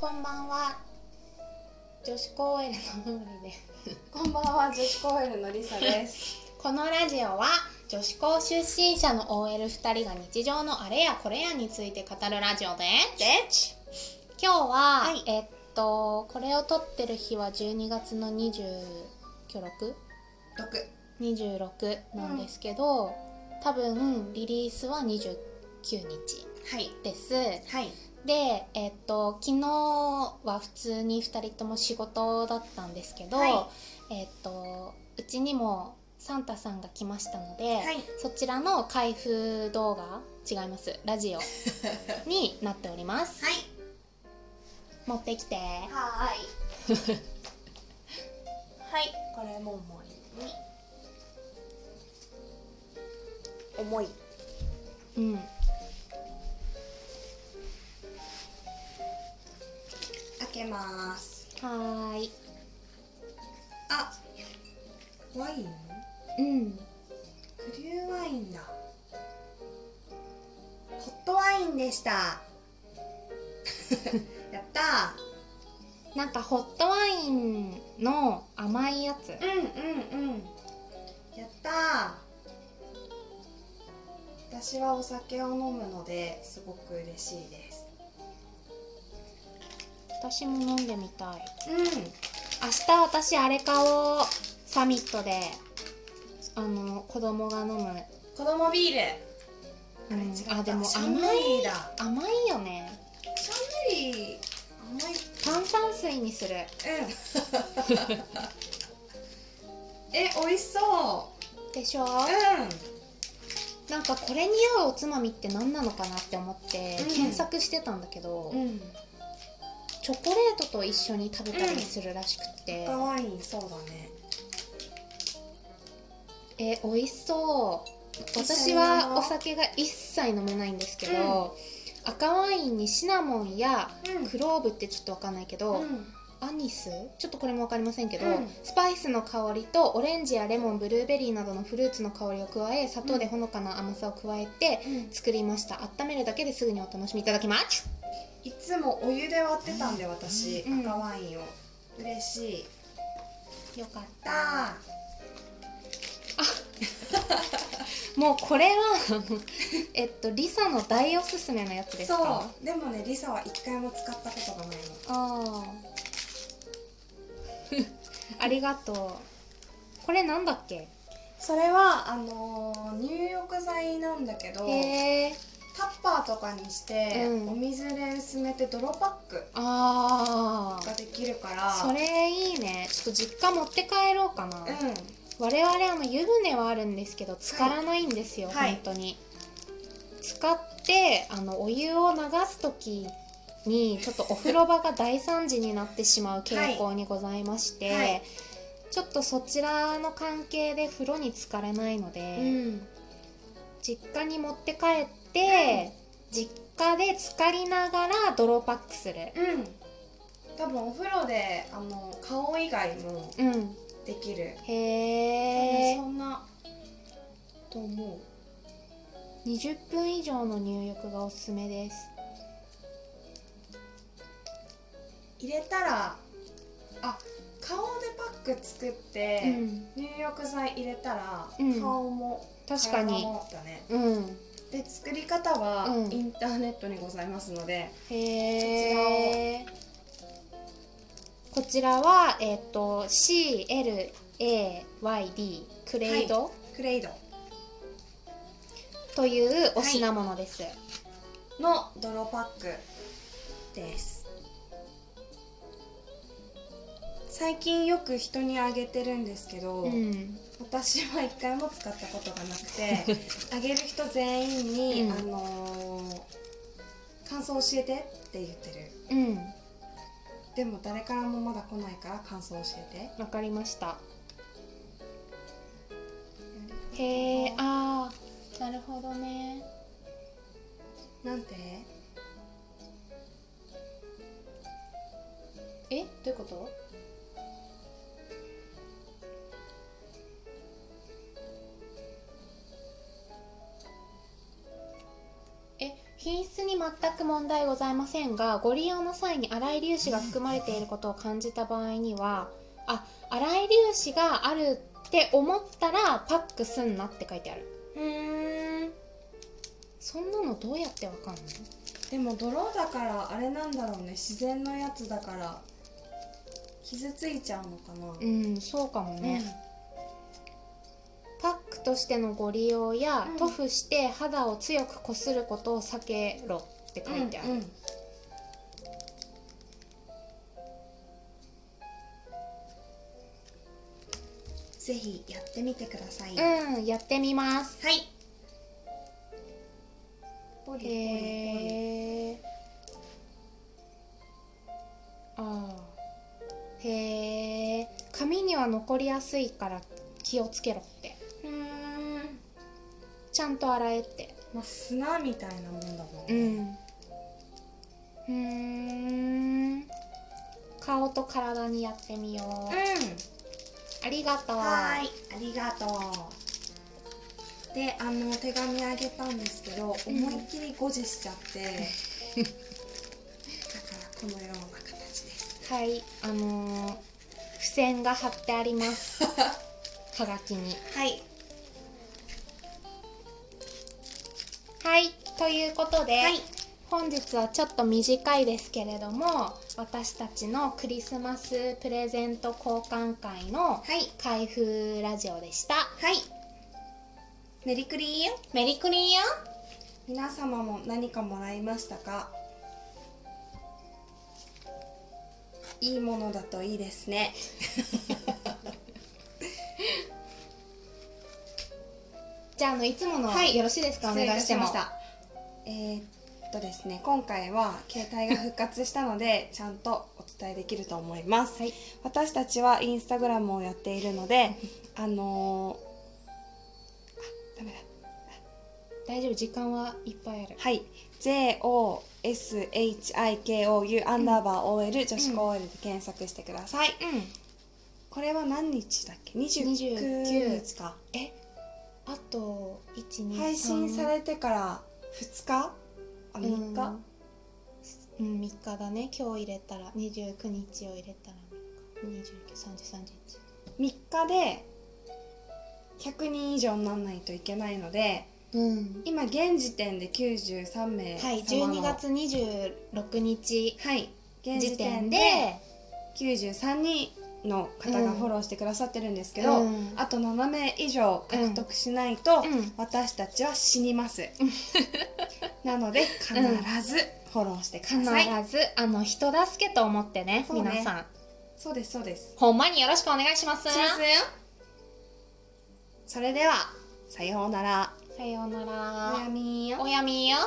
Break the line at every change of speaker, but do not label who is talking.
こんばんは。女子高 L のムーリです。こんばんは、女子高 L のリサです。このラジオは女子高出身者の OL 二人が日常のあれやこれやについて語るラジオで。
レッチ
今日は、
はい
えっとこれを撮ってる日は12月の2 6
毒
26なんですけど、多分リリースは29日
はい
です。
はい
で、えっと昨日は普通に2人とも仕事だったんですけど、
は
えっとうちにもサンタさんが来ましたので、
はい
そちらの開封動画違いますラジオ になっております。
はい
持ってきて
はーいはいこれも重いに重い
うん
開けます
はーい
あワイン
うん
クリューワインだホットワイン でしたやった
なんかホットワインの甘いやつ
ーうんうんうんやったー私はお酒を飲むのですごく嬉しいです
私も飲んでみたい
うん
明日私あれ買おうサミットであの子供が飲む
子供ビール
うん
れ違った
あでも
シャンメリーだ
甘いよね
シャンメリー甘い
炭酸水にする
うん え美味しそう
でしょ
う
なんかこれに合うおつまみって何なのかなって思って
うん
検索してたんだけど、
んうん
チョコレートと一緒に食べたりするらしくて、
赤ワインそうだね
え美味しそう私
一緒に飲
は
もう
お酒が一切飲めないんですけど、赤ワインにシナモンや
うん
クローブってちょっとわかんないけど、
うん
アニスちょっとこれも分かりませんけど、
うん
スパイスの香りとオレンジやレモンブルーベリーなどのフルーツの香りを加え砂糖でほのかな甘さを加えて
うん
作りました温めるだけですぐにお楽しみいただきます
いつもお湯で割ってたんで私、
うん
赤ワインを嬉しい
よかった
だ
もうこれは えっとリサの大おすすめのやつですか
そうでもねリサは一回も使ったことがないの
あ あありがとうこれなんだっけ
それはあのー入浴剤なんだけど
へえ
タッパーとかにして、
うん
お水で薄めて泥パック
あ
が
あ
できるから
それいいねちょっと実家持って帰ろうかな、
う
我々あの湯船はあるんですけど浸からないんですよ、
はい
本当に使ってあのお湯を流す時にちょっとお風呂場が大惨事になってしまう傾向にございまして、
はいはい
ちょっとそちらの関係で風呂に浸かれないので、
ん、
実家に持って帰って、実家で浸かりながら泥パックする
うん、多分お風呂であの顔以外も
うん
できる、
へ
多分
え
そんなと思
20分以上の入浴がおすすめです
う入れたらあ顔でパック作って、
うん
入浴剤入れたら、
うん
顔も
確か
体
に
もだね
うん
で作り方は
うん
インターネットにございますので、
へえこちらはえっ、と CLAYD クレイド、
クレイド
というお品物です、
の泥パックです最近よく人にあげてるんですけど、
うん
私は一回も使ったことがなく てあげる人全員に、
うん
あのー感想教えてって言ってる
うん
でも誰からもまだ来ないから感想教え
わかりました
て
へえあーなるほどね
なんて
えどういうことえ品質に全全く問題ございませんがご利用の際に粗い粒子が含まれていることを感じた場合にはあ粗い粒子があるって思ったらパックすんなって書いてある
うん
そんなのどうやってわかんの
でも泥だからあれなんだろうね自然のやつだから傷ついちゃうのかな、
うんそうかもね、パックとしてのご利用や、
うん
塗布して肌を強くこすることを避けろって書いてある、
うんうんぜひやってみてください、は
う
い
ん、やってみます。
ポリポリ
へえ。ああ。へえ。髪には残りやすいから気をつけろって。
ポリうん
ちゃんと洗えって。
まあ砂みたいなもんだもん
う
ね、
ん。うーん。顔と体にやってみよう。ありがとう。
はーいありがとうであの手紙あげたんですけど
うん
思いっきり誤字しちゃ って、だからこのような形です
はい。あのー、付箋が貼ってあります。 はがきに。
はい
はい。ということで。
はい
本日はちょっと短いですけれども私たちのクリスマスプレゼント交換会の
はい
開封ラジオでした
はい。メリクリーよ。
メリクリーンよ
皆様も何かもらいましたか。いいものだといいですね。
じゃああのいつもの
はい
よろしいですか、
失
お
礼い
願
た
いして
し
も
ました。えーっとですね、今回は携帯が復活したので、 ちゃんとお伝えできると思います。
はい
私たちはインスタグラムをやっているの で、あのーあ、ダメだ。
大丈夫時間はいっぱいある
はい、JOSHIKOU アンダーバー OL 女子高 OL で検索してください。
う
これは何日だっけ
29
?29日か。
んえあと123
配信されてから2日あ、
うん
3日
うん3日だね今日入れたら29日を入れたら3日293031
?3 日で100人以上にならないといけないので、
うん
今現時点で93名様
はい
の
12月26日
はい、現
時
時
点
点
で
で93人の方がフォローしてくださってるんですけど、
うん
あと7名以上獲得しないと、
うん
私たちは死 にます。なので必ずフォローしてく
必
ださい。
ずあの人助けと思ってね
そうね
皆さん
そうですそうです。
ほんまによろしくお願いします
しますよそれではさようなら。
さような
おや
ら
みよ。
おやみよ